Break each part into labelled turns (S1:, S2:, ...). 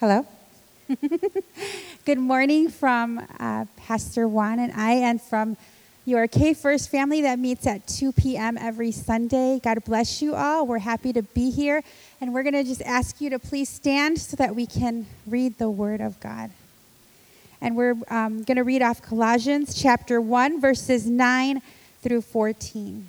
S1: Hello. Good morning from uh, Pastor Juan and I, and from your K First family that meets at 2 p.m. every Sunday. God bless you all. We're happy to be here, and we're going to just ask you to please stand so that we can read the Word of God. And we're um, going to read off Colossians chapter 1, verses 9 through 14.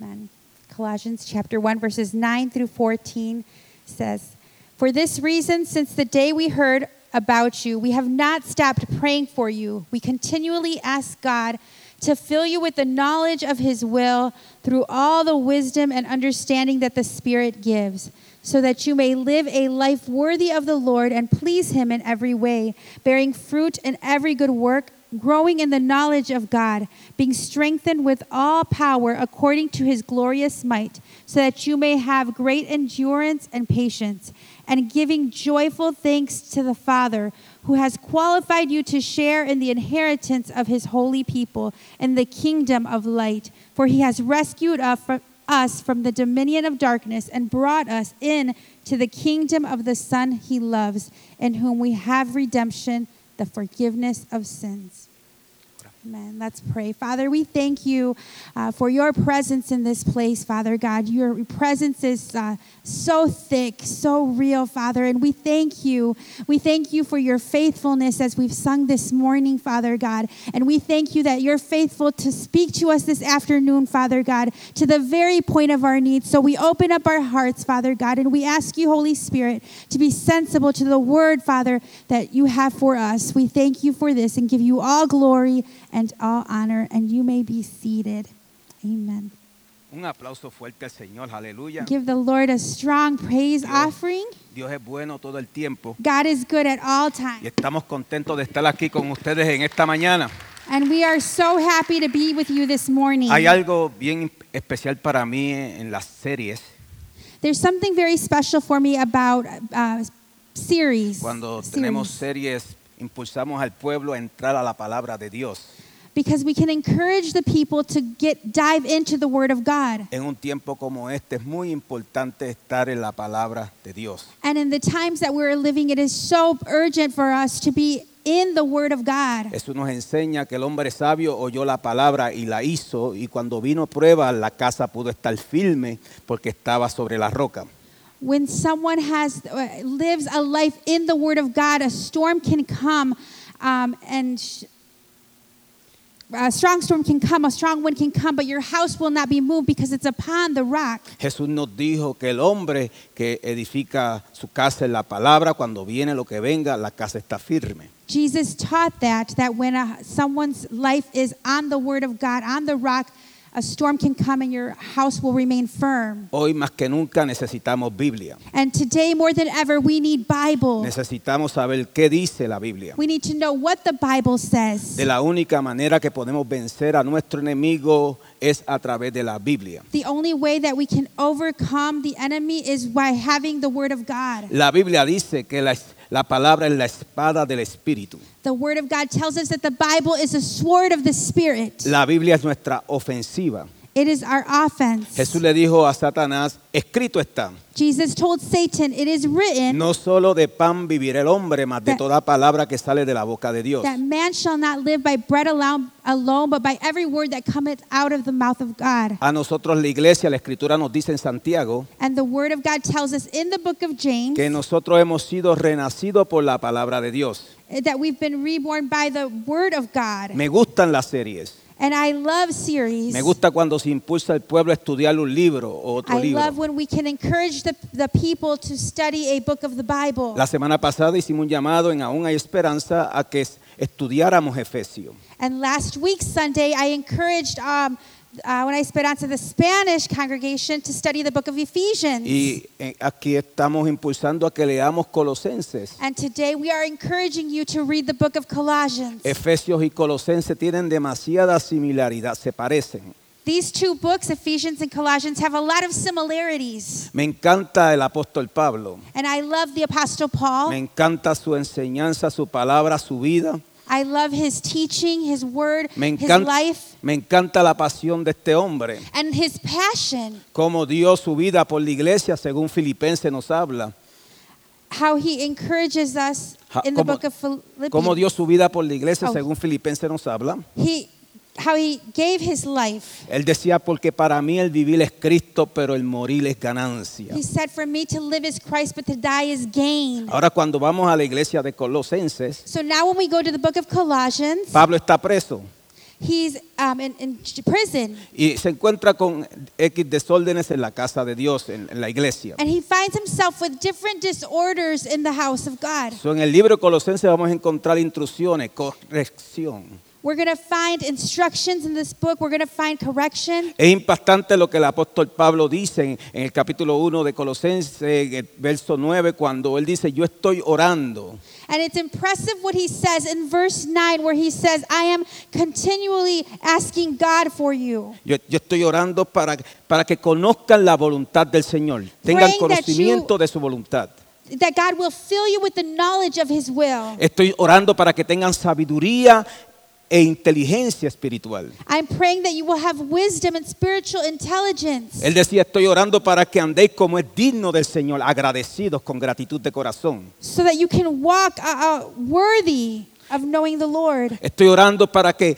S1: Amen. Colossians chapter 1, verses 9 through 14 says, For this reason, since the day we heard about you, we have not stopped praying for you. We continually ask God to fill you with the knowledge of his will through all the wisdom and understanding that the Spirit gives, so that you may live a life worthy of the Lord and please him in every way, bearing fruit in every good work growing in the knowledge of God, being strengthened with all power according to his glorious might, so that you may have great endurance and patience, and giving joyful thanks to the Father, who has qualified you to share in the inheritance of his holy people in the kingdom of light, for he has rescued us from the dominion of darkness and brought us in to the kingdom of the Son he loves, in whom we have redemption the forgiveness of sins. Amen. Let's pray. Father, we thank you uh, for your presence in this place, Father God. Your presence is uh, so thick, so real, Father, and we thank you. We thank you for your faithfulness as we've sung this morning, Father God. And we thank you that you're faithful to speak to us this afternoon, Father God, to the very point of our needs. So we open up our hearts, Father God, and we ask you, Holy Spirit, to be sensible to the word, Father, that you have for us. We thank you for this and give you all glory and all honor, and you may be seated. Amen.
S2: Un aplauso fuerte al Señor, aleluya.
S1: Give the Lord a strong praise offering.
S2: Dios es bueno todo el tiempo
S1: God is good at all
S2: y
S1: times.
S2: estamos contentos de estar aquí con ustedes en esta mañana.
S1: And we are so happy to be with you this morning.
S2: Hay algo bien especial para mí en las series.
S1: There's something very special for me about uh, series.
S2: Cuando
S1: Series.
S2: tenemos series, impulsamos al pueblo a entrar a la palabra de Dios
S1: Because we can encourage the people to get dive into the Word of God.
S2: en un tiempo como este es muy importante estar en la palabra de Dios.
S1: And in the times that we're living, it is so urgent for us to be in the Word of God.
S2: Eso nos enseña que el hombre sabio oyó la palabra y la hizo y cuando vino prueba la casa pudo estar firme porque estaba sobre la roca.
S1: When someone has uh, lives a life in the Word of God, a storm can come, um, and sh- a strong storm can come, a strong wind can come, but your house will not be moved because it's upon the rock.
S2: Jesús nos dijo que el hombre que edifica su casa en la palabra, cuando viene lo que venga, la casa está firme.
S1: Jesus taught that that when a, someone's life is on the Word of God, on the rock, a storm can come and your house will remain firm.
S2: Hoy más que nunca necesitamos Biblia.
S1: And today, more than ever, we need Bible.
S2: Necesitamos saber qué dice la Biblia.
S1: We need to know what the Bible says.
S2: De la única manera que podemos vencer a nuestro enemigo es a través de la Biblia.
S1: The only way that we can overcome the enemy is by having the Word of God.
S2: La Biblia dice que la, es- la palabra es la espada del Espíritu.
S1: The Word of God tells us that the Bible is a sword of the Spirit,
S2: La Biblia es nuestra ofensiva.
S1: it is our offense.
S2: Jesús le dijo a Satanás, escrito está,
S1: Jesus told Satan, It is written
S2: no solo de pan vivirá el hombre, mas de
S1: That-
S2: toda palabra que sale de la boca de Dios.
S1: that man shall not live by bread alone, alone, but by every word that cometh out of the mouth of God.
S2: A nosotros la iglesia, la escritura nos dice en Santiago
S1: And the word of God tells us in the book of James
S2: que nosotros hemos sido renacidos por la palabra de Dios.
S1: that we've been reborn by the word of God.
S2: Me gustan las series.
S1: And I love series.
S2: Me gusta cuando se impulsa al pueblo a estudiar un libro o otro
S1: I love
S2: libro.
S1: when we can encourage the, the people to study a book of the Bible.
S2: La semana pasada hicimos un llamado en Aún hay esperanza a que es- estudiáramos Efesio.
S1: And last week, Sunday, I encouraged um, uh, when I sped on to the Spanish congregation to study the book of Ephesians.
S2: Y eh, aquí estamos impulsando a que leamos Colosenses.
S1: And today we are encouraging you to read the book of Colossians.
S2: Efesios y Colosenses tienen demasiada similaridad, se parecen.
S1: These two books, Ephesians and Colossians, have a lot of similarities.
S2: Me encanta el apóstol Pablo.
S1: And I love the Apostle Paul.
S2: Me encanta su enseñanza, su palabra, su vida.
S1: I love his teaching, his word,
S2: Me
S1: his
S2: encanta,
S1: life,
S2: me encanta la pasión de este hombre,
S1: and his passion.
S2: cómo dio su vida por la iglesia, según Filipenses nos habla,
S1: How he encourages us
S2: Ja-
S1: in the
S2: cómo-
S1: book of Philippians.
S2: cómo dio su vida por la iglesia,
S1: Oh.
S2: según Filipenses nos habla.
S1: he, how he gave his life.
S2: Él decía, porque para mí el vivir es Cristo, pero el morir es ganancia.
S1: He said, "For me to live is Christ, but to die is gain."
S2: Ahora cuando vamos a la iglesia de Colosenses,
S1: So now, when we go to the book of Colossians,
S2: Pablo está preso
S1: he's um, in, in prison,
S2: y se encuentra con X desórdenes en la casa de Dios, en, en la iglesia.
S1: and he finds himself with different disorders in the house of God.
S2: So, en el libro de Colosenses vamos a encontrar instrucciones, corrección.
S1: We're going to find instructions in this book. We're going to find correction.
S2: Es impactante lo que el apóstol Pablo dice en, en el capítulo 1 de Colosenses, en el verso 9, cuando él dice, yo estoy orando.
S1: And it's impressive what he says in verse 9, where he says, I am continually asking God for you,
S2: Yo, yo estoy orando para, para que conozcan la voluntad del Señor, tengan
S1: Praying that
S2: conocimiento
S1: you-
S2: de su voluntad.
S1: that God will fill you with the knowledge of his will.
S2: Estoy orando para que tengan sabiduría e inteligencia espiritual.
S1: I'm praying that you will have wisdom and spiritual intelligence.
S2: Él decía, estoy orando para que andéis como es digno del Señor, agradecidos con gratitud de corazón.
S1: so that you can walk uh, uh, worthy of knowing the Lord,
S2: Estoy orando para que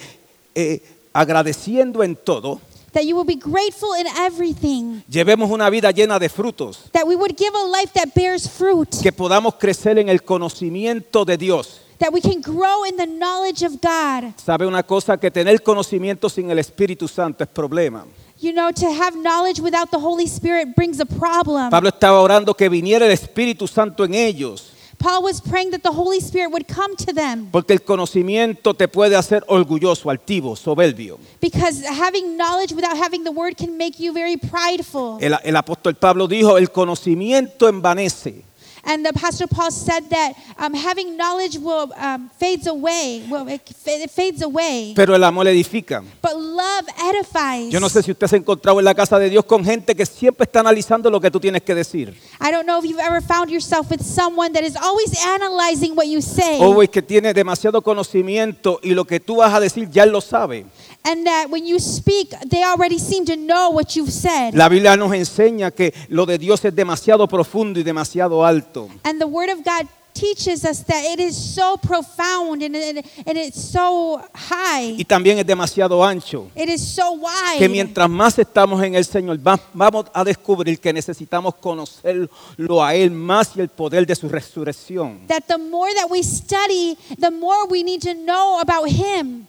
S2: eh, agradeciendo en todo,
S1: that you will be grateful in everything,
S2: llevemos una vida llena de frutos,
S1: that we would give a life that bears fruit,
S2: que podamos crecer en el conocimiento de Dios.
S1: that we can grow in the knowledge of God.
S2: ¿Sabe una cosa? Que tener conocimiento sin el Espíritu Santo es problema.
S1: You know, to have knowledge without the Holy Spirit brings a problem.
S2: Pablo estaba orando que viniera el Espíritu Santo en ellos,
S1: Paul was praying that the Holy Spirit would come to them
S2: porque el conocimiento te puede hacer orgulloso, altivo, soberbio.
S1: because having knowledge without having the word can make you very prideful.
S2: El, el apóstol Pablo dijo, el conocimiento envanece,
S1: And the Apostle Paul said that um, having knowledge will um, fades away. Well, it, fa- it fades away.
S2: pero el amor edifica.
S1: But love edifies.
S2: Yo no sé si usted se ha encontrado en la casa de Dios con gente que siempre está analizando lo que tú tienes que decir.
S1: I don't know if you've ever found yourself with someone that is always analyzing what you say.
S2: O es que tiene demasiado conocimiento y lo que tú vas a decir ya él lo sabe.
S1: And that when you speak, they already seem to know what you've said.
S2: La Biblia nos enseña que lo de Dios es demasiado profundo y demasiado alto.
S1: And the Word of God teaches us that it is so profound and, and, and it's so high.
S2: Y también es demasiado ancho.
S1: It is so
S2: que
S1: wide.
S2: mientras más estamos en el Señor, va- vamos a descubrir que necesitamos conocerlo a Él más y el poder de su resurrección
S1: That the more that we study, the more we need to know about Him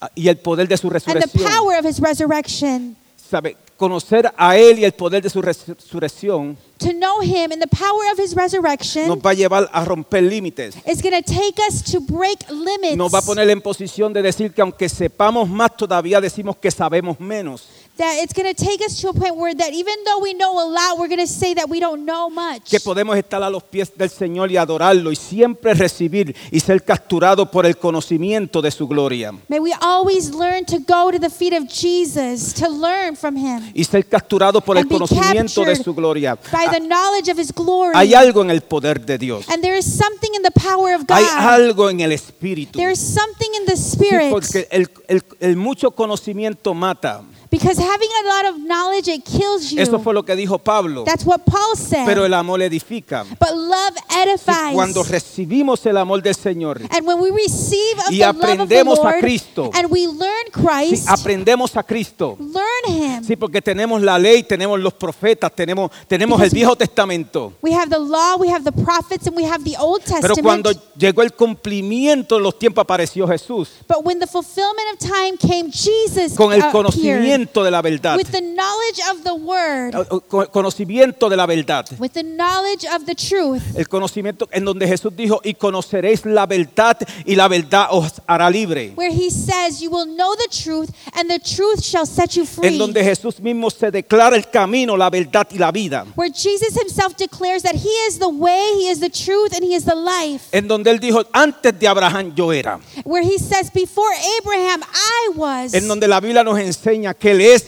S2: Ah, y el poder de su
S1: and the
S2: resurrección.
S1: power of His resurrection.
S2: ¿Sabe? Conocer a Él y el poder de su resurrección
S1: To know Him and the power of His
S2: nos
S1: resurrection
S2: va a llevar a romper límites.
S1: is going to take us to break limits.
S2: Nos va a poner en posición de decir que aunque sepamos más, todavía decimos que sabemos menos.
S1: that it's going to take us to a point where that even though we know a lot, we're going to say that we don't know much.
S2: Que podemos estar a los pies del Señor y adorarlo y siempre recibir y ser capturados por el conocimiento de su gloria.
S1: May we always learn to go to the feet of Jesus to learn from him
S2: y ser capturado por el
S1: And be
S2: conocimiento de
S1: captured
S2: su gloria. Ah,
S1: by the knowledge of his glory.
S2: Hay algo en el poder de Dios.
S1: and there is something in the power of
S2: Hay
S1: God.
S2: algo en el espíritu.
S1: There is something in the
S2: Sí,
S1: spirit
S2: porque el, el- el mucho conocimiento mata.
S1: because having a lot of knowledge it kills you.
S2: Eso fue lo que dijo Pablo.
S1: That's what Paul said.
S2: Pero el amor edifica.
S1: but love
S2: Sí,
S1: edifies.
S2: Cuando recibimos el amor del Señor,
S1: and when we receive of
S2: Y
S1: the love of the
S2: aprendemos a
S1: Lord
S2: Cristo.
S1: and we learn
S2: sí,
S1: Christ,
S2: aprendemos a Cristo.
S1: learn him.
S2: Sí, porque tenemos la ley, tenemos los profetas, tenemos, tenemos el
S1: Because-
S2: Viejo Testamento.
S1: We have the law, we have the prophets, and we have the Old
S2: Pero
S1: Testament.
S2: cuando llegó el cumplimiento de los tiempos apareció Jesús
S1: but when the fulfillment of time came, Jesus
S2: con el
S1: appeared
S2: conocimiento de la verdad. Eh,
S1: with the knowledge of the word,
S2: O- o- conocimiento de la verdad.
S1: with the knowledge of the truth,
S2: El conocimiento en donde Jesús dijo, y conoceréis la verdad y la verdad os hará libre.
S1: where he says, You will know the truth, and the truth shall set you free.
S2: En donde Jesús mismo se declara el camino, la verdad y la vida.
S1: where Jesus himself declares that he is the way, he is the truth, and he is the life.
S2: En donde Él dijo, antes de Abraham yo era.
S1: Where he says, Before Abraham, I was.
S2: En donde la Biblia nos enseña que Él es,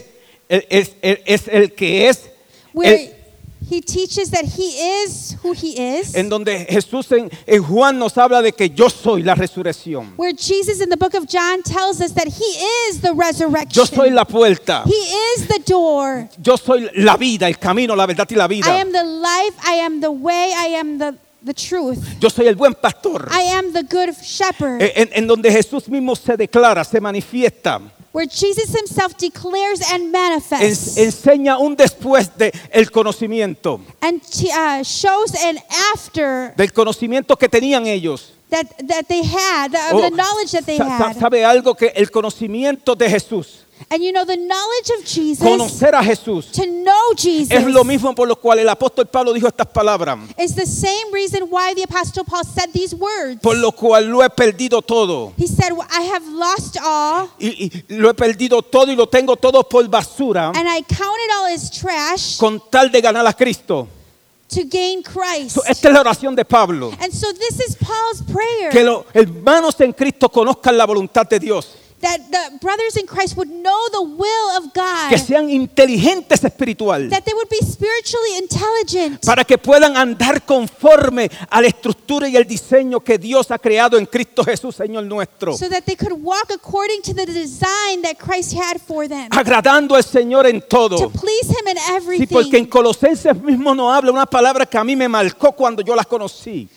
S2: Él es, Él es el que es,
S1: where
S2: Él,
S1: He teaches that he is who he is.
S2: En donde Jesús en, en Juan nos habla de que yo soy la resurrección.
S1: where Jesus in the book of John tells us that he is the resurrection.
S2: Yo soy la puerta.
S1: he is the door.
S2: Yo soy la vida, el camino, la verdad y la
S1: I
S2: vida.
S1: am the life, I am the way, I am the, the truth.
S2: Yo soy el buen pastor.
S1: I am the good shepherd.
S2: En, en donde Jesús mismo se declara, se manifiesta.
S1: where Jesus himself declares and manifests
S2: En- enseña un después de el conocimiento,
S1: and t- uh, shows an after
S2: del conocimiento que tenían ellos.
S1: that, that they had, the,
S2: Oh,
S1: the knowledge that they
S2: sa- sa-
S1: had.
S2: ¿Sabe algo que el conocimiento de Jesús,
S1: And you know, the knowledge of Jesus,
S2: conocer a Jesús,
S1: to know Jesus,
S2: es lo mismo por lo cual el apóstol Pablo dijo estas palabras?
S1: is the same reason why the Apostle Paul said these words.
S2: Por lo cual lo he perdido todo.
S1: He said, "Well, I have lost all
S2: Y, y lo he perdido todo y lo tengo todo por basura
S1: and I count it all as trash
S2: con tal de ganar a Cristo.
S1: to gain Christ.
S2: So, Esta es la oración de Pablo.
S1: And so this is Paul's prayer
S2: Que los hermanos en Cristo conozcan la voluntad de Dios.
S1: that the brothers in Christ would know the will of God,
S2: Que sean inteligentes espiritual.
S1: that they would be spiritually intelligent,
S2: Para que puedan andar conforme a la estructura y el diseño que Dios ha creado en Cristo Jesús, Señor nuestro.
S1: so that they could walk according to the design that Christ had for them,
S2: Agradando al Señor en
S1: to
S2: todo.
S1: please Him in
S2: Sí, porque
S1: everything.
S2: en Colosenses mismo nos habla una palabra que a mí me marcó cuando yo las conocí.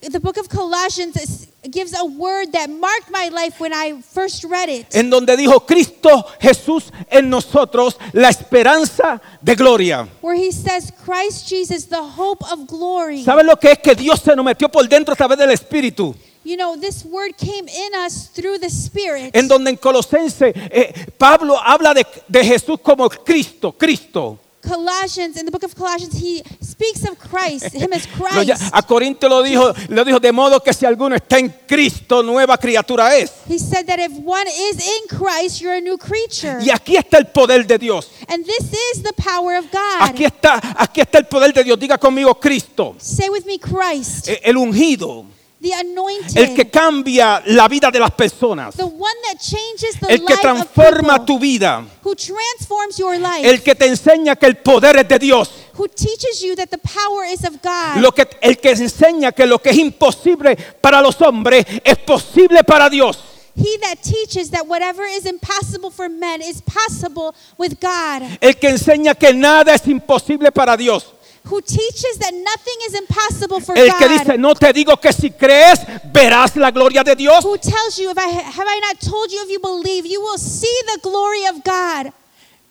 S1: The book of Colossians is, gives a word that marked my life when I first read it.
S2: En donde dijo Cristo Jesús en nosotros la esperanza de gloria.
S1: where he says, Christ Jesus, the hope of glory.
S2: ¿Sabes lo que es que Dios se nos metió por dentro a través del Espíritu?
S1: You know, this word came in us through the Spirit.
S2: En donde en Colosenses eh, Pablo habla de, de Jesús como Cristo, Cristo.
S1: Colossians, in the book of Colossians, he speaks of Christ, him as
S2: Lo ya-
S1: Christ.
S2: a Corinto lo dijo, lo dijo de modo que si alguno está en Cristo, nueva criatura es.
S1: He said that if one is in Christ, you're a new creature.
S2: Y aquí está el poder de Dios.
S1: And this is the power of God.
S2: Aquí está, aquí está el poder de Dios. Diga conmigo Cristo,
S1: Say with me, Christ,
S2: eh, el ungido,
S1: the
S2: el que
S1: anointed,
S2: cambia la vida de las personas,
S1: the one that changes the
S2: el que
S1: life of
S2: transforma
S1: people,
S2: tu vida,
S1: who transforms your life,
S2: el que te enseña que el poder es de Dios.
S1: who teaches you that the power is of God.
S2: Lo que, el que enseña que lo que es imposible para los hombres es posible para Dios.
S1: He that teaches that whatever is impossible for men is possible with God,
S2: El que enseña que nada es imposible para Dios.
S1: who teaches that nothing is impossible for
S2: El que
S1: God,
S2: dice, no te digo que si crees, verás la gloria de Dios.
S1: who tells you, if I have I not told you if you believe, you will see the glory of God,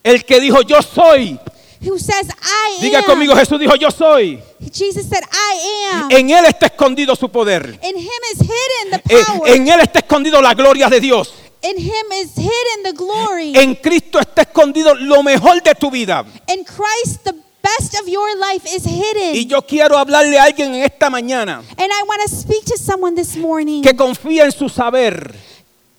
S2: El que dijo, yo soy.
S1: who says, I
S2: Diga
S1: am.
S2: conmigo, Jesús dijo, yo soy.
S1: Jesus said, I am.
S2: En Él está escondido su poder.
S1: in him is hidden the
S2: Eh,
S1: power.
S2: En Él está escondido la gloria de Dios.
S1: in him is hidden the glory.
S2: En Cristo está escondido lo mejor de tu vida.
S1: in Christ, the best of your life is hidden.
S2: Y yo quiero hablarle a alguien en esta mañana
S1: and I want to speak to someone this morning.
S2: que confía en su saber.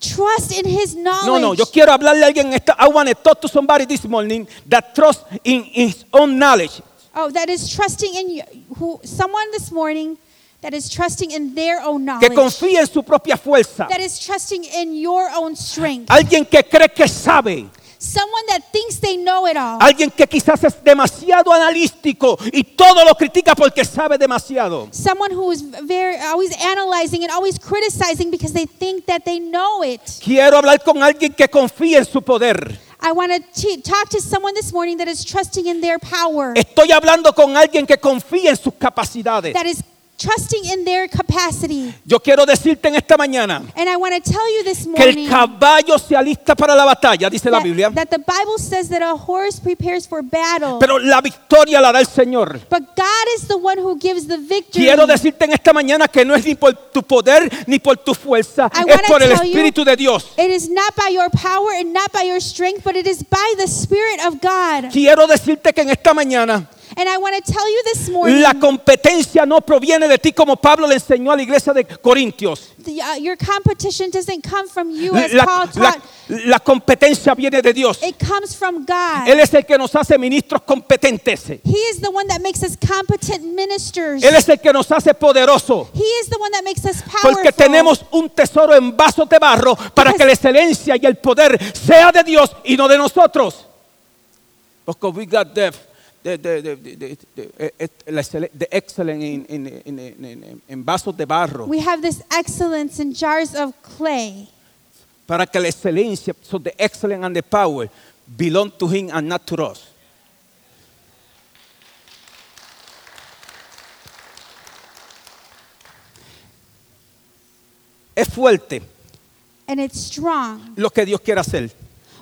S1: Trust in his knowledge.
S2: No, no, yo quiero hablarle a alguien en esta. I want to talk to somebody this morning that trusts in his own knowledge.
S1: Oh, that is trusting in you, who someone this morning that is trusting in their own
S2: Que
S1: knowledge.
S2: confía en su propia fuerza.
S1: That is trusting in your own strength.
S2: Alguien que cree que sabe.
S1: Someone that thinks they know it all.
S2: Alguien que quizás es demasiado analítico y todo lo critica porque sabe demasiado.
S1: Someone who is very always analyzing and always criticizing because they think that they know it.
S2: Quiero hablar con alguien que confía en su poder.
S1: I want to talk to someone this morning that is trusting in their power.
S2: Estoy hablando con alguien que confía en sus capacidades.
S1: That is trusting in their capacity.
S2: Yo quiero decirte en esta mañana
S1: And I want to tell you this
S2: que el
S1: morning
S2: caballo se alista para la batalla, dice la Biblia.
S1: that, that the Bible says that a horse prepares for battle.
S2: Pero la victoria la da el Señor.
S1: But God is the one who gives the victory.
S2: Quiero decirte en esta mañana que no es ni por tu poder ni por tu fuerza,
S1: I
S2: es
S1: wanna
S2: por el
S1: tell you-
S2: Espíritu de Dios.
S1: It is not by your power and not by your strength, but it is by the Spirit of God.
S2: Quiero decirte que en esta mañana
S1: And I want to tell you this morning
S2: la competencia no proviene de ti como Pablo le enseñó a la iglesia de Corintios.
S1: the, uh, your competition doesn't come from you, as Paul
S2: La, la-
S1: taught.
S2: la competencia viene de Dios.
S1: It comes from God.
S2: Él es el que nos hace ministros competentes.
S1: he is the one that makes us competent ministers.
S2: Él es el que nos hace poderoso.
S1: he is the one that makes us powerful.
S2: Porque tenemos un tesoro en vasos de barro para que la excelencia y el poder sea de Dios y no de nosotros. Because we got the, de, de- de- de- de- de- eh, eh, la excel- de excellent en- en- en- en- en- en vasos de barro.
S1: We have this excellence in jars of clay.
S2: para que la excelencia, so the excellence and the power belong to him and not to us. Es fuerte
S1: And it's strong.
S2: lo que Dios quiere hacer.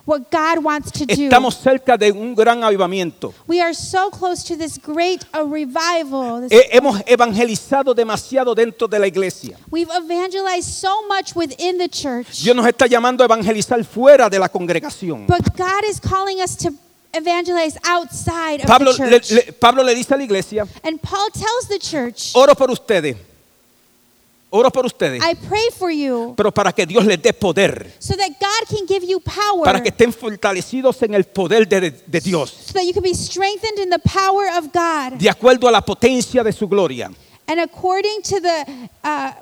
S1: What God wants to do.
S2: Estamos cerca de un gran avivamiento.
S1: We are so close to this great uh, revival. This-
S2: He- Eh, hemos evangelizado demasiado dentro de la iglesia.
S1: We've evangelized so much within the church.
S2: Dios nos está llamando a evangelizar fuera de la congregación.
S1: But God is calling us to evangelize outside of
S2: Pablo
S1: the
S2: le-
S1: church.
S2: le- Pablo le dice a la iglesia,
S1: and Paul tells the church,
S2: Oro por ustedes. Oro por ustedes.
S1: I pray for you
S2: Pero para que Dios les dé poder.
S1: so that God can give you power,
S2: Para que estén fortalecidos en el poder de, de Dios.
S1: so that you can be strengthened in the power of God
S2: De acuerdo a la potencia de su gloria.
S1: and according to the uh,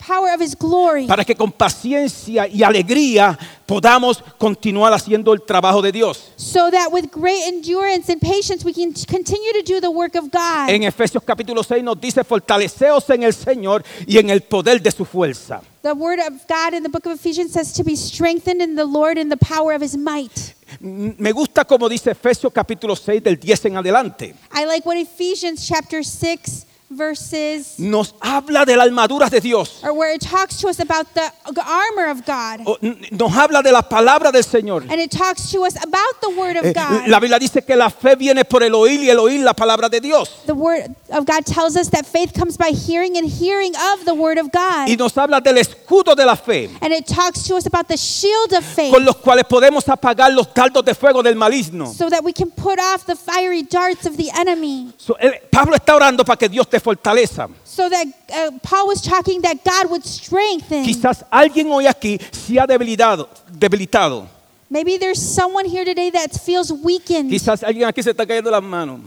S1: power of his glory,
S2: Para que con paciencia y alegría podamos continuar haciendo el trabajo de Dios.
S1: so that with great endurance and patience we can continue to do the work of God.
S2: En Efesios capítulo 6 nos dice, fortaleceos en el Señor y en el poder de su fuerza.
S1: The word of God in the book of Ephesians says to be strengthened in the Lord in the power of his might.
S2: M- Me gusta como dice Efesios capítulo 6 del 10 en adelante.
S1: I like what Ephesians chapter 6 verses
S2: Nos habla de la armadura de Dios.
S1: or where it talks to us about the armor of God
S2: O- n- Nos habla de la palabra del Señor.
S1: and it talks to us about the word
S2: Eh,
S1: of
S2: La
S1: God.
S2: Biblia dice que la fe viene por el oír y el oír la palabra de Dios.
S1: The word of God tells us that faith comes by hearing and hearing of the word of God.
S2: Y nos habla del escudo de la fe,
S1: And it talks to us about the shield of
S2: con
S1: faith
S2: los cuales podemos apagar los dardos de fuego del maligno.
S1: so that we can put off the fiery darts of the enemy.
S2: So, él- Pablo está orando para que Dios te fortaleza.
S1: So that uh, Paul was talking that God would strengthen
S2: Quizás alguien hoy aquí se ha debilitado, debilitado.
S1: Maybe there's someone here today that feels weakened,
S2: Quizás alguien aquí se está cayendo las manos.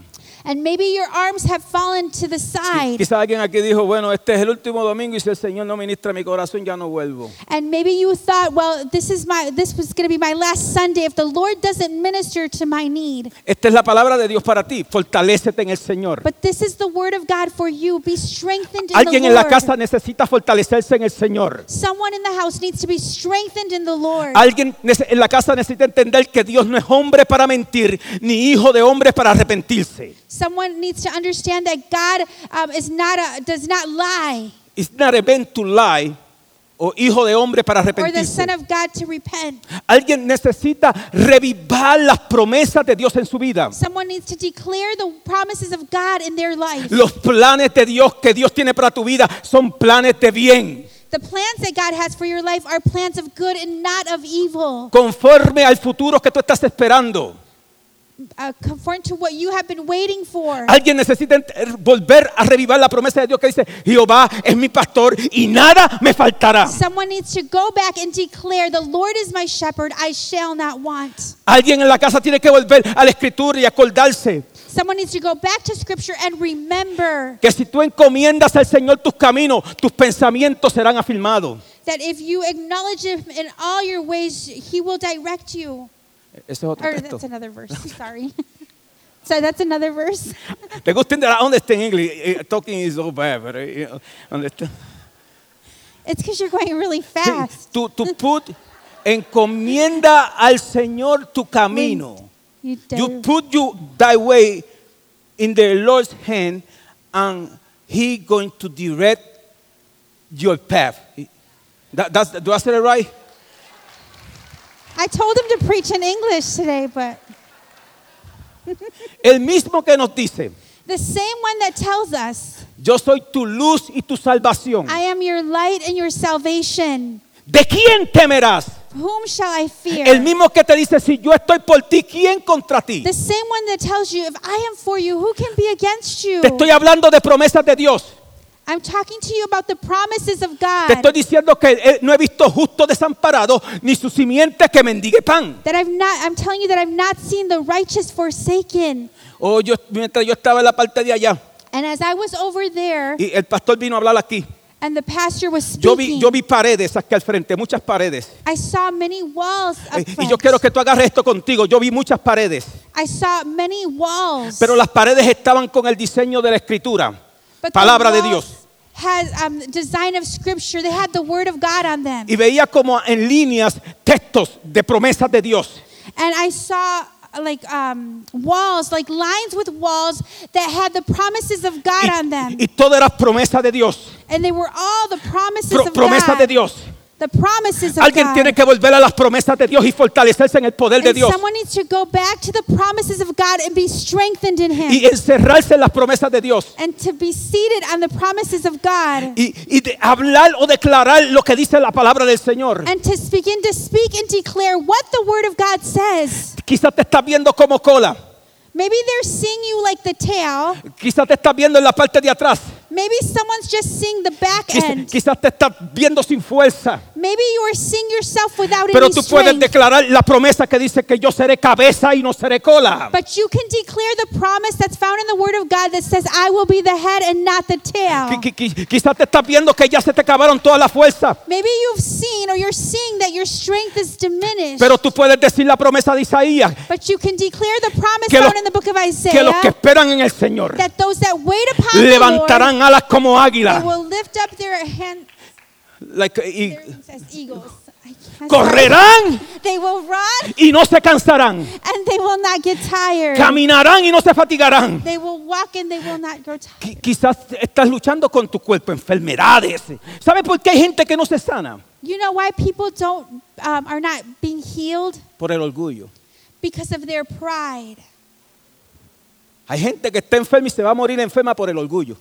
S1: and maybe your arms have fallen to the side,
S2: Quizás alguien aquí dijo, bueno, este es el último domingo y si el Señor no ministra mi corazón ya no vuelvo.
S1: and maybe you thought, "Well, this is my this was going to be my last Sunday. If the Lord doesn't minister to my need,
S2: Esta es la palabra de Dios para ti. Fortalécete en el Señor.
S1: but this is the word of God for you. Be strengthened in
S2: Alguien
S1: the
S2: en la
S1: Lord."
S2: casa necesita fortalecerse en el Señor.
S1: Someone in the house needs to be strengthened in the Lord.
S2: Alguien nece- en la casa necesita entender que Dios no es hombre para mentir, ni hijo de hombre para arrepentirse.
S1: Someone needs to understand that God um, is not a, does not lie,
S2: It's not a man to lie o hijo de hombre para
S1: or the
S2: arrepentirse.
S1: Son of God to repent.
S2: Alguien necesita revivar las promesas de Dios en su vida.
S1: Someone needs to declare the promises of God in their life.
S2: Los planes de Dios que Dios tiene para tu vida son planes de bien,
S1: The plans that God has for your life are plans of good and not of evil,
S2: conforme al futuro que tú estás esperando.
S1: uh, conform to what you have been waiting for.
S2: Alguien necesita ent- er, volver a revivar la promesa de Dios que dice, Jehová es mi pastor y nada me faltará.
S1: Someone needs to go back and declare, The Lord is my shepherd, I shall not want.
S2: Alguien en la casa tiene que volver a la escritura y acordarse
S1: Someone needs to go back to scripture and remember
S2: que si tú encomiendas al Señor tus caminos, tus pensamientos serán afirmados.
S1: that if you acknowledge Him in all your ways, He will direct you.
S2: Ese es otro
S1: Or
S2: texto.
S1: that's another verse, sorry. Sorry, that's another verse.
S2: Te gusta I understand English. Eh, Talking is so bad, but eh, you know, understand.
S1: It's because you're going really fast.
S2: To, to put, encomienda al Señor tu camino.
S1: You
S2: You
S1: di-
S2: put you thy way in the Lord's hand, and He going to direct your path. That, that's, do I say it right?
S1: I told him to preach in English today, but.
S2: El mismo que nos dice.
S1: The same one that tells us,
S2: Yo soy tu luz y tu salvación.
S1: I am your light and your salvation.
S2: ¿De quién temerás?
S1: Whom shall I fear?
S2: El mismo que te dice, si yo estoy por ti, ¿quién contra ti?
S1: the same one that tells you, if I am for you, who can be against you?
S2: Te estoy hablando de promesas de Dios.
S1: I'm talking to you about the promises of God.
S2: Te estoy diciendo que eh, no he visto justo desamparado, ni su simiente que mendigue pan.
S1: that I've not, I'm telling you that I've not seen the righteous forsaken.
S2: Oh, yo, mientras yo estaba en la parte de allá,
S1: And as I was over there,
S2: y el pastor vino a hablar aquí.
S1: and the pastor was
S2: Yo
S1: speaking,
S2: vi, yo vi paredes aquí al frente, muchas paredes.
S1: I saw many walls up
S2: Eh, Y
S1: front.
S2: yo quiero que tú agarres esto contigo. Yo vi muchas paredes.
S1: I saw many walls.
S2: Pero las paredes estaban con el diseño de la escritura,
S1: but the
S2: palabra de
S1: walls
S2: Dios.
S1: Had um, the design of scripture. They had the word of God on them.
S2: Y veía como en líneas textos de promesas de Dios.
S1: And I saw uh, like um, walls, like lines with walls that had the promises of God on them.
S2: Y, y todo era promesa de Dios.
S1: and they were all the promises
S2: Pro-
S1: of
S2: promesas
S1: God.
S2: de Dios.
S1: The promises of
S2: Alguien
S1: God.
S2: tiene que volver a las promesas de Dios y fortalecerse en el poder de
S1: and
S2: Dios.
S1: someone needs to go back to the promises of God and be strengthened in Him.
S2: Y encerrarse en las promesas de Dios.
S1: and to be seated on the promises of God.
S2: Y, y de hablar o declarar lo que dice la palabra del Señor.
S1: And to begin to speak and declare what the Word of God says.
S2: Quizás te estás viendo como cola.
S1: Maybe they're seeing you like the tail.
S2: Quizás te estás viendo en la parte de atrás.
S1: Maybe someone's just seeing the back
S2: Quiz-
S1: end.
S2: quizás te estás viendo sin fuerza.
S1: Maybe you are seeing yourself without
S2: Pero
S1: any
S2: tú puedes
S1: strength.
S2: declarar la promesa que dice que yo seré cabeza y no seré cola.
S1: But you can declare the promise that's found in the Word of God that says, I will be the head and not the tail.
S2: Qui- qui- qui- quizás te estás viendo que ya se te acabaron todas las fuerzas.
S1: Maybe you've seen or you're seeing that your strength is diminished.
S2: Pero tú puedes decir la promesa de Isaías.
S1: But you can declare the promise
S2: Que los-
S1: found in the book of
S2: Que los que
S1: Isaiah
S2: esperan en el Señor
S1: that those that wait upon the Lord
S2: levantarán alas como
S1: They
S2: águila.
S1: will lift up their hand
S2: Like, y
S1: their wings as eagles. I can't-
S2: correrán
S1: They will run
S2: y no se cansarán.
S1: and they will not get tired.
S2: Caminarán y no se fatigarán.
S1: They will walk and they will not grow tired.
S2: Qui- Quizás estás luchando con tu cuerpo, enfermedades. ¿Sabes por qué hay gente que no se sana?
S1: You know why people don't um, are not being healed
S2: Por el orgullo.
S1: because of their pride.
S2: Hay gente que está enferma y se va a morir enferma por el orgullo.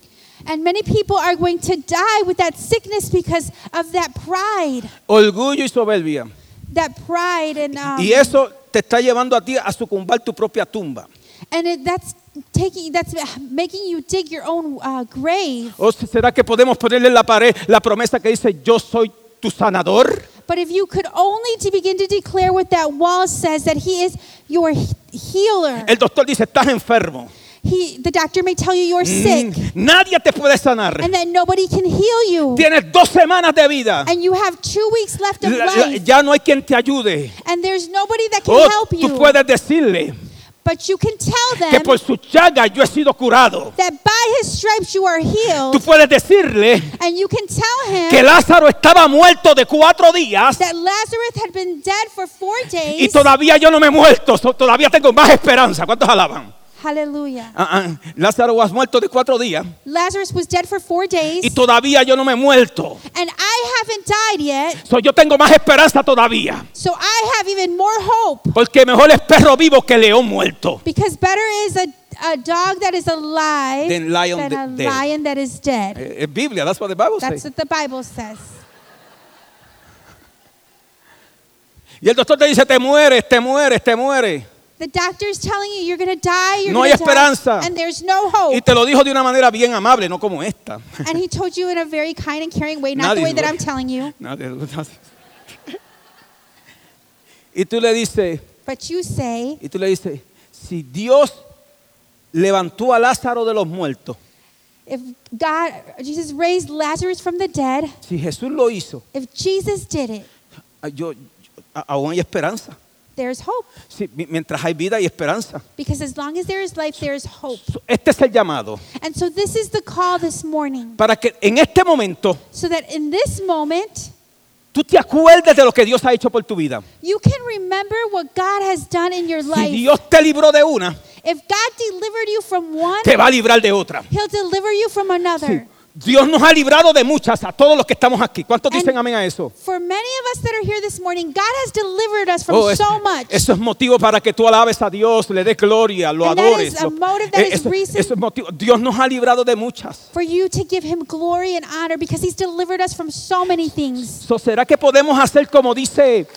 S1: And many people are going to die with that sickness because of that pride.
S2: Orgullo y soberbia.
S1: That pride and um,
S2: Y eso te está llevando a ti a sucumbir tu propia tumba.
S1: and it, that's taking that's making you dig your own uh, grave.
S2: ¿O será que podemos ponerle en la pared la promesa que dice yo soy tu sanador?
S1: But if you could only to begin to declare what that wall says that he is your he- healer.
S2: El doctor dice estás enfermo.
S1: He the doctor may tell you you're sick
S2: Mm-hmm. Nadie te puede sanar.
S1: and that nobody can heal you.
S2: Tienes dos semanas de vida.
S1: And you have 2 weeks left of
S2: La- la-
S1: life
S2: ya no hay quien te ayude.
S1: and there's nobody that
S2: Oh,
S1: can help
S2: tú
S1: you.
S2: puedes decirle
S1: But you can tell
S2: que por
S1: them
S2: su chaga yo he sido curado.
S1: that by his stripes you are
S2: Tú
S1: healed
S2: puedes decirle
S1: and you can tell
S2: que
S1: him
S2: Lázaro estaba muerto de cuatro días
S1: that Lazarus had been dead for 4
S2: y
S1: days.
S2: todavía yo no me he muerto, so- todavía tengo más esperanza. ¿Cuántos alaban?
S1: Hallelujah.
S2: Ah, ah, Lázaro has muerto de cuatro días
S1: Lazarus was dead for 4
S2: y
S1: days
S2: todavía yo no me he muerto.
S1: and I haven't died yet.
S2: So, yo tengo más esperanza todavía.
S1: So I have even more hope
S2: Porque mejor es perro vivo que león muerto.
S1: because better is a, a dog that is alive
S2: Than lion
S1: a
S2: that- dead.
S1: lion that is dead.
S2: Eh, Es Biblia, that's what the Bible
S1: That's
S2: says.
S1: what the Bible says.
S2: Y el doctor te dice, te mueres, te mueres, te mueres.
S1: The doctor's telling you you're going to die, you're
S2: No
S1: going
S2: hay
S1: to
S2: esperanza.
S1: die, and there's no
S2: Y
S1: hope.
S2: te lo dijo de una manera bien amable, no como esta.
S1: and he told you in a very kind and caring way, not
S2: Nadie
S1: the way that
S2: lo-
S1: I'm telling you.
S2: No, de- no. Y tú le dices,
S1: But you say,
S2: y tú le dices, si Dios levantó a Lázaro de los muertos,
S1: if God, Jesus raised Lazarus from the dead,
S2: si Jesús lo hizo,
S1: if Jesus did it,
S2: ah, yo, yo- a- aún hay esperanza.
S1: there's hope.
S2: Sí, mi- mientras hay vida hay esperanza.
S1: Because as long as there is life, there is hope.
S2: So, Este es el llamado
S1: And so this is the call this morning.
S2: para que en este momento
S1: So that in this moment,
S2: tú te acuerdes de lo que Dios ha hecho por tu vida.
S1: You can remember what God has done in your
S2: Si
S1: life.
S2: Dios te libró de una,
S1: If God delivered you from one,
S2: te va a librar de otra.
S1: He'll deliver you from another.
S2: Dios nos ha librado de muchas a todos los que estamos aquí. ¿Cuántos
S1: And-
S2: dicen amén a eso?
S1: For many of us that are here this morning, God has delivered us from
S2: Oh, es-
S1: so much.
S2: Eso es motivo para que tú alabes a Dios, le des gloria, lo
S1: And that
S2: adores.
S1: is a
S2: lo-
S1: motive that
S2: eh,
S1: is
S2: eso-
S1: reason-
S2: eso es motivo. Dios nos ha librado de muchas.
S1: For you to give Him glory and honor because He's delivered us from so many things.
S2: So, ¿Será que podemos hacer como dice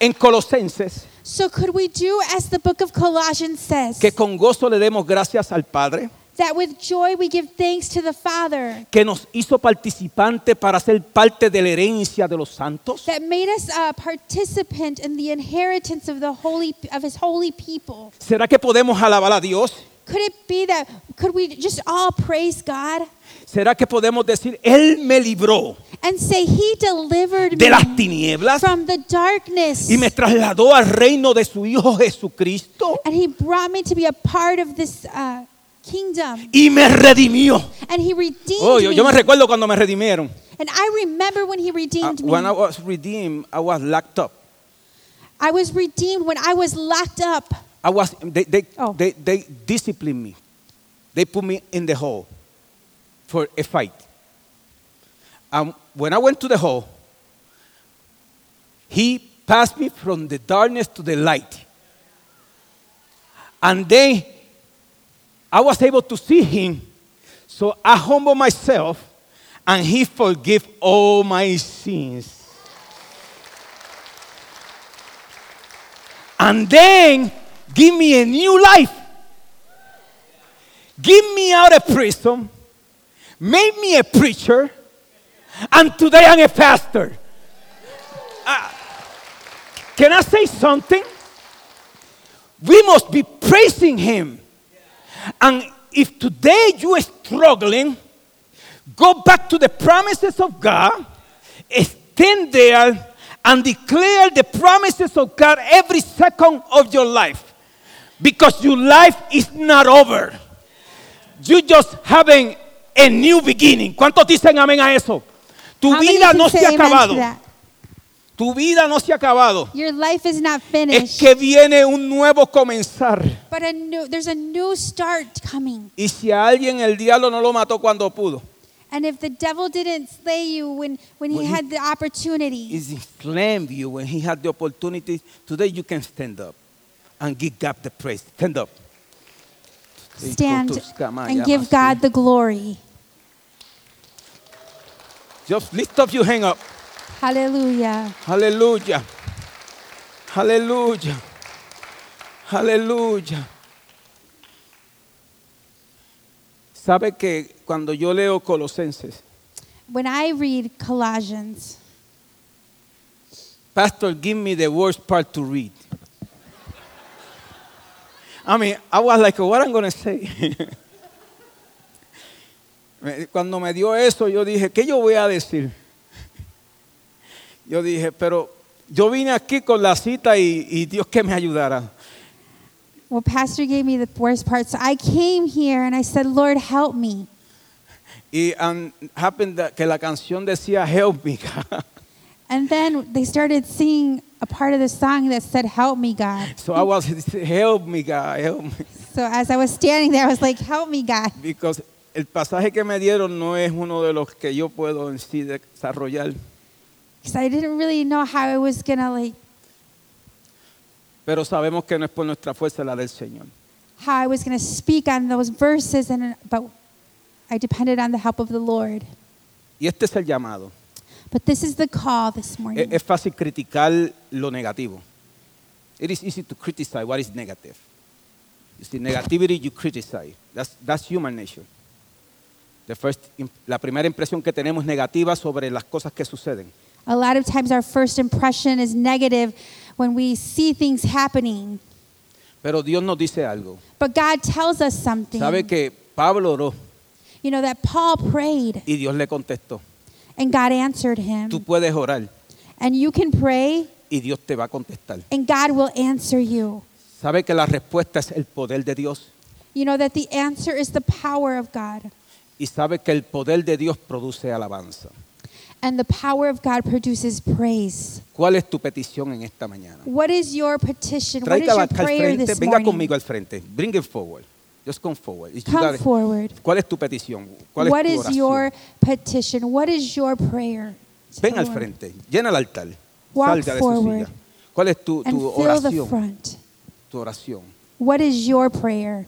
S2: en Colosenses?
S1: So, could we do as the book of Colossians says
S2: Que con gozo le demos gracias al Padre,
S1: that with joy we give thanks to the Father
S2: que nos hizo participante para ser parte de la herencia de los santos.
S1: that made us a participant in the inheritance of the holy of His holy people?
S2: ¿Será que podemos alabar a Dios?
S1: Could it be that could we just all praise God
S2: ¿Será que podemos decir, Él me libró
S1: and say, He delivered
S2: de
S1: me
S2: las tinieblas
S1: from the darkness.
S2: y me trasladó al reino de su Hijo Jesucristo
S1: and He brought me to be a part of this uh, kingdom.
S2: y me redimió.
S1: And He redeemed
S2: Oh, yo,
S1: me.
S2: yo me recuerdo cuando me redimieron.
S1: and I remember when He
S2: Ah,
S1: redeemed
S2: when I
S1: me.
S2: was redeemed, I was locked up.
S1: I was redeemed when I was locked up.
S2: I was, they, they,
S1: Oh.
S2: they, they disciplined me. They put me in the hole for a fight. Um, when I went to the hole, he passed me from the darkness to the light. And then I was able to see him. So I humbled myself and he forgave all my sins. and then give me a new life. Give me out of prison. Make me a preacher. And today I'm a pastor. Uh, can I say something? We must be praising him. And if today you are struggling, go back to the promises of God, stand there, and declare the promises of God every second of your life. Because your life is not over. You just having a new beginning. ¿Cuántos dicen amén a eso? Tu
S1: How many
S2: vida
S1: can
S2: no se
S1: say
S2: ha
S1: amen to
S2: acabado.
S1: that?
S2: Tu vida no se ha acabado.
S1: Your life is not
S2: Es
S1: finished,
S2: que viene un nuevo comenzar.
S1: but a new, there's a new start coming.
S2: Y si a alguien el diablo no lo mató cuando pudo,
S1: And if the devil didn't slay you when, when he
S2: When he-
S1: had the opportunity,
S2: is inflamed you when he had the opportunity. Today you can stand up and give God the praise. Stand up.
S1: stand
S2: Ikotuskama
S1: and give
S2: yamasi.
S1: God the glory.
S2: Just lift up your hand up.
S1: Hallelujah.
S2: Hallelujah. Hallelujah. Hallelujah. Sabe que cuando yo leo Colosenses,
S1: When I read Colossians,
S2: Pastor, give me the worst part to read. I mean, I was like, what I'm going to say. Me- Cuando me dio eso, yo dije, ¿qué yo voy a decir? Yo dije, pero yo vine aquí con la cita y, y Dios que me ayudara.
S1: well, Pastor gave me the worst part, so I came here and I said, Lord, help me.
S2: Y um, happened that- que la canción decía, help me. God.
S1: And then they started singing a part of the song that said, Help me, God.
S2: so I was, help me, God, help me.
S1: So as I was standing there, I was like, Help me, God.
S2: Because el pasaje que me dieron no es uno de los que yo puedo en sí desarrollar.
S1: Because I didn't really know how I was going to, like,
S2: Pero sabemos que no es por nuestra fuerza la del Señor.
S1: how I was going to speak on those verses, and but I depended on the help of the Lord.
S2: Y este es el llamado.
S1: But this is the call this
S2: Es,
S1: morning.
S2: es fácil criticar lo negativo. It is easy to criticize what is negative. You see, negativity you criticize. That's, that's human nature. The first im- la primera impresión que tenemos es negativa sobre las cosas que suceden.
S1: A lot of times, our first impression is negative when we see things happening,
S2: Pero Dios nos dice algo.
S1: but God tells us something.
S2: Sabe que Pablo oró
S1: You know that Paul prayed
S2: y Dios le contestó.
S1: and God answered him,
S2: Tú puedes orar
S1: and you can pray
S2: y Dios te va a contestar.
S1: and God will answer you.
S2: Sabe que la respuesta es el poder de Dios
S1: You know that the answer is the power of God,
S2: y sabe que el poder de Dios produce alabanza.
S1: and the power of God produces praise.
S2: ¿Cuál es tu petición en esta mañana?
S1: What is your petition? What is
S2: Tráigala
S1: your
S2: acá al
S1: prayer
S2: frente,
S1: this
S2: venga
S1: morning?
S2: conmigo al frente. Bring it forward. Just come forward. Y
S1: Come
S2: dale-
S1: forward.
S2: ¿Cuál es tu petición? ¿Cuál
S1: What
S2: es tu
S1: is
S2: oración?
S1: your petition? What is your prayer? to
S2: Ven
S1: the
S2: al
S1: Lord?
S2: frente, llena el altar.
S1: Walk
S2: Salga de
S1: forward.
S2: su silla. ¿Cuál es tu,
S1: And
S2: tu
S1: fill the
S2: oración?
S1: front.
S2: Tu oración.
S1: What is your prayer?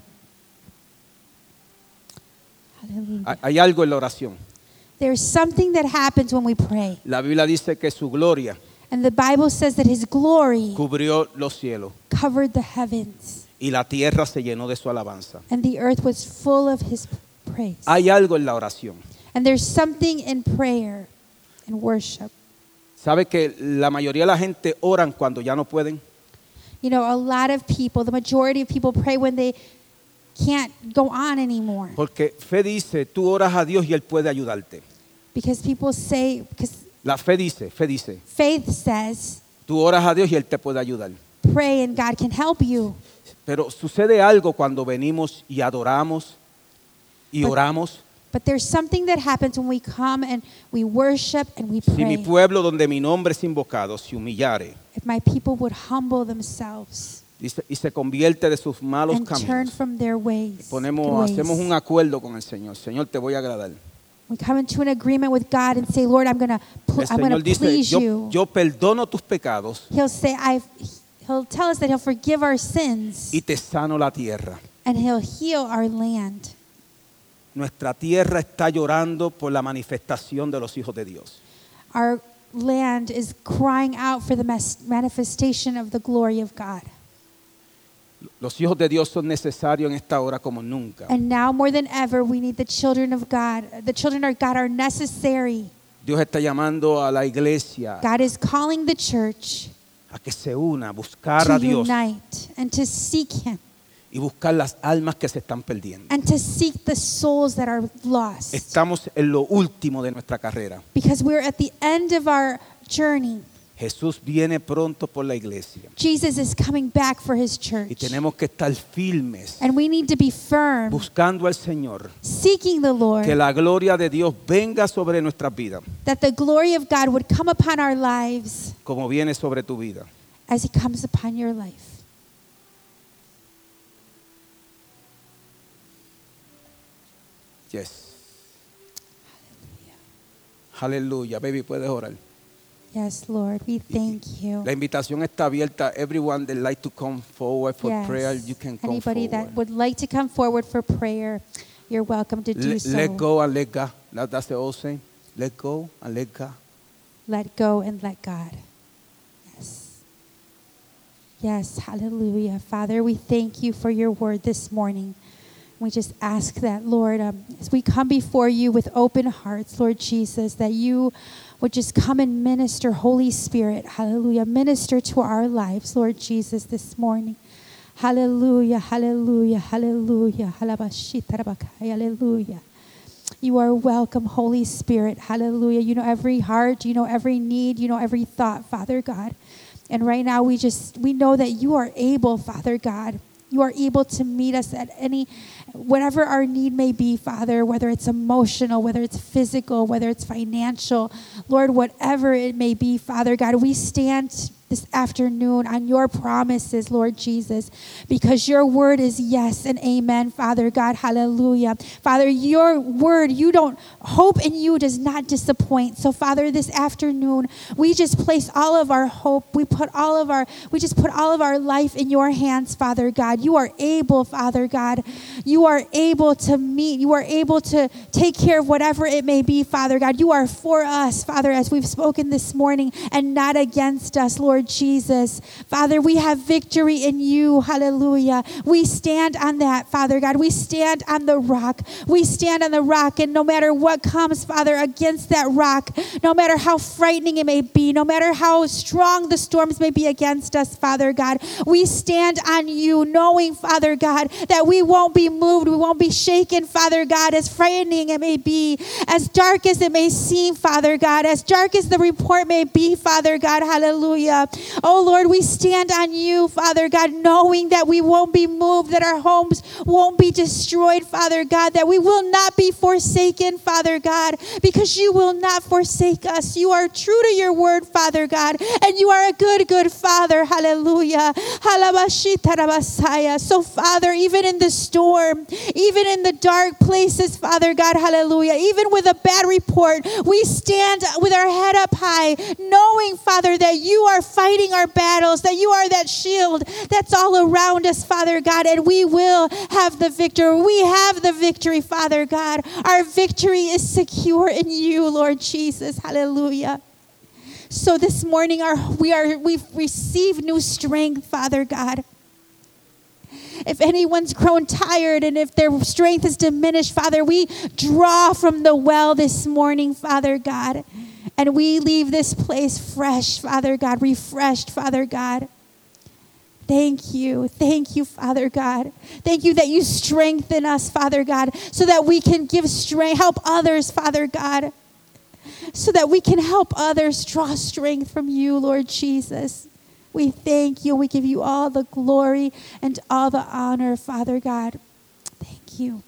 S1: Hallelujah.
S2: Hay- Hay algo en la oración.
S1: There's something that happens when we pray.
S2: La Biblia dice que su gloria
S1: And the Bible says that his glory
S2: cubrió los cielos
S1: covered the heavens,
S2: y la tierra se llenó de su alabanza.
S1: and the earth was full of his praise.
S2: Hay algo en la oración.
S1: And there's something in prayer and worship.
S2: ¿Sabe que la mayoría de la gente oran cuando ya no pueden?
S1: You know, a lot of people, the majority of people pray when they can't go on anymore.
S2: Porque fe dice, tú oras a Dios y Él puede ayudarte.
S1: Because people say, because
S2: La fe dice, fe dice,
S1: faith says,
S2: tú oras a Dios y Él te puede ayudar.
S1: pray and God can help you.
S2: Pero sucede algo cuando venimos y adoramos y
S1: But-
S2: oramos.
S1: But there's something that happens when we come and we worship and we
S2: Si mi
S1: pray.
S2: pueblo donde mi nombre es invocado se humillare
S1: If my people would humble themselves
S2: y se, y se convierte de sus malos
S1: and turn
S2: caminos,
S1: from their ways,
S2: ponemos,
S1: ways.
S2: hacemos un acuerdo con el Señor. Señor, te voy a agradar.
S1: we come into an agreement with God and say, Lord, I'm gonna, pl-
S2: El
S1: I'm gonna
S2: Señor dice,
S1: please
S2: yo,
S1: you.
S2: yo perdono tus pecados
S1: He'll say, I've. He'll tell us that He'll forgive our sins
S2: y te sano la tierra.
S1: and He'll heal our land.
S2: Nuestra tierra está llorando por la manifestación de los hijos de Dios.
S1: Our land is crying out for the mas- manifestation of the glory of God.
S2: Los hijos de Dios son necesarios en esta hora como nunca.
S1: And now more than ever, we need the children of God. The children of God are necessary.
S2: Dios está llamando a la iglesia
S1: God is calling the church
S2: a que se una, a buscar
S1: to
S2: a Dios
S1: unite and to seek Him
S2: y buscar las almas que se están perdiendo.
S1: and to seek the souls that are lost.
S2: Estamos en lo último de nuestra carrera.
S1: Because we're at the end of our journey.
S2: Jesús viene pronto por la iglesia
S1: Jesus is coming back for His church.
S2: y tenemos que estar firmes
S1: And we need to be firm,
S2: buscando al Señor.
S1: seeking the
S2: Que
S1: Lord,
S2: la gloria de Dios venga sobre nuestras vidas,
S1: that the glory of God would come upon our lives
S2: como viene sobre tu vida.
S1: as He comes upon your life.
S2: Yes. Aleluya, baby, puedes orar.
S1: Yes, Lord, we thank you.
S2: La invitación está abierta. Everyone that like to come forward for
S1: Yes.
S2: prayer, you can come
S1: Anybody that
S2: forward.
S1: would like to come forward for prayer, you're welcome to do
S2: Le-
S1: so.
S2: Let go and let God. That- that's the old saying. Let go and let God.
S1: Let go and let God. Yes. Yes, hallelujah. Father, we thank you for your word this morning. We just ask that, Lord, um, as we come before you with open hearts, Lord Jesus, that you would just come and minister, Holy Spirit, hallelujah, minister to our lives, Lord Jesus, this morning. Hallelujah, hallelujah, hallelujah, halabashitarabakai, hallelujah. You are welcome, Holy Spirit. Hallelujah. You know every heart, you know every need, you know every thought, Father God. And right now we just we know that you are able, Father God. You are able to meet us at any whatever our need may be, Father, whether it's emotional, whether it's physical, whether it's financial. Lord, whatever it may be, Father God, we stand this afternoon on your promises, Lord Jesus, because your word is yes and amen, Father God. Hallelujah. Father, your word, you don't, hope in you does not disappoint. So, Father, this afternoon, we just place all of our hope, we put all of our, we just put all of our life in your hands, Father God. You are able, Father God. You are able to meet, you are able to take care of whatever it may be, Father God. You are for us, Father, as we've spoken this morning, and not against us, Lord Jesus. Father, we have victory in you. Hallelujah. We stand on that, Father God. We stand on the rock. We stand on the rock, and no matter what comes, Father, against that rock, no matter how frightening it may be, no matter how strong the storms may be against us, Father God, we stand on you, knowing, Father God, that we won't be moved, we won't be shaken, Father God, as frightening it may be, as dark as it may seem, Father God, as dark as the report may be, Father God, hallelujah. Oh Lord, we stand on you, Father God, knowing that we won't be moved, that our homes won't be destroyed, Father God, that we will not be forsaken, Father God, because you will not forsake us. You are true to your word, Father God, and you are a good, good Father, hallelujah. Halabashitarabasaya. So, Father, even in the storm, even in the dark places, Father God, hallelujah, even with a bad report, we stand with our head up high, knowing, Father, that you are fighting our battles, that you are that shield that's all around us, Father God, and we will have the victory. We have the victory, Father God. Our victory is secure in you, Lord Jesus. Hallelujah. So this morning our, we are we've received new strength, Father God. If anyone's grown tired and if their strength is diminished, Father, we draw from the well this morning, Father God. And we leave this place fresh, Father God, refreshed, Father God. Thank you. Thank you, Father God. Thank you that you strengthen us, Father God, so that we can give strength, help others, Father God. so that we can help others draw strength from you, Lord Jesus. We thank you and we give you all the glory and all the honor, Father God. Thank you.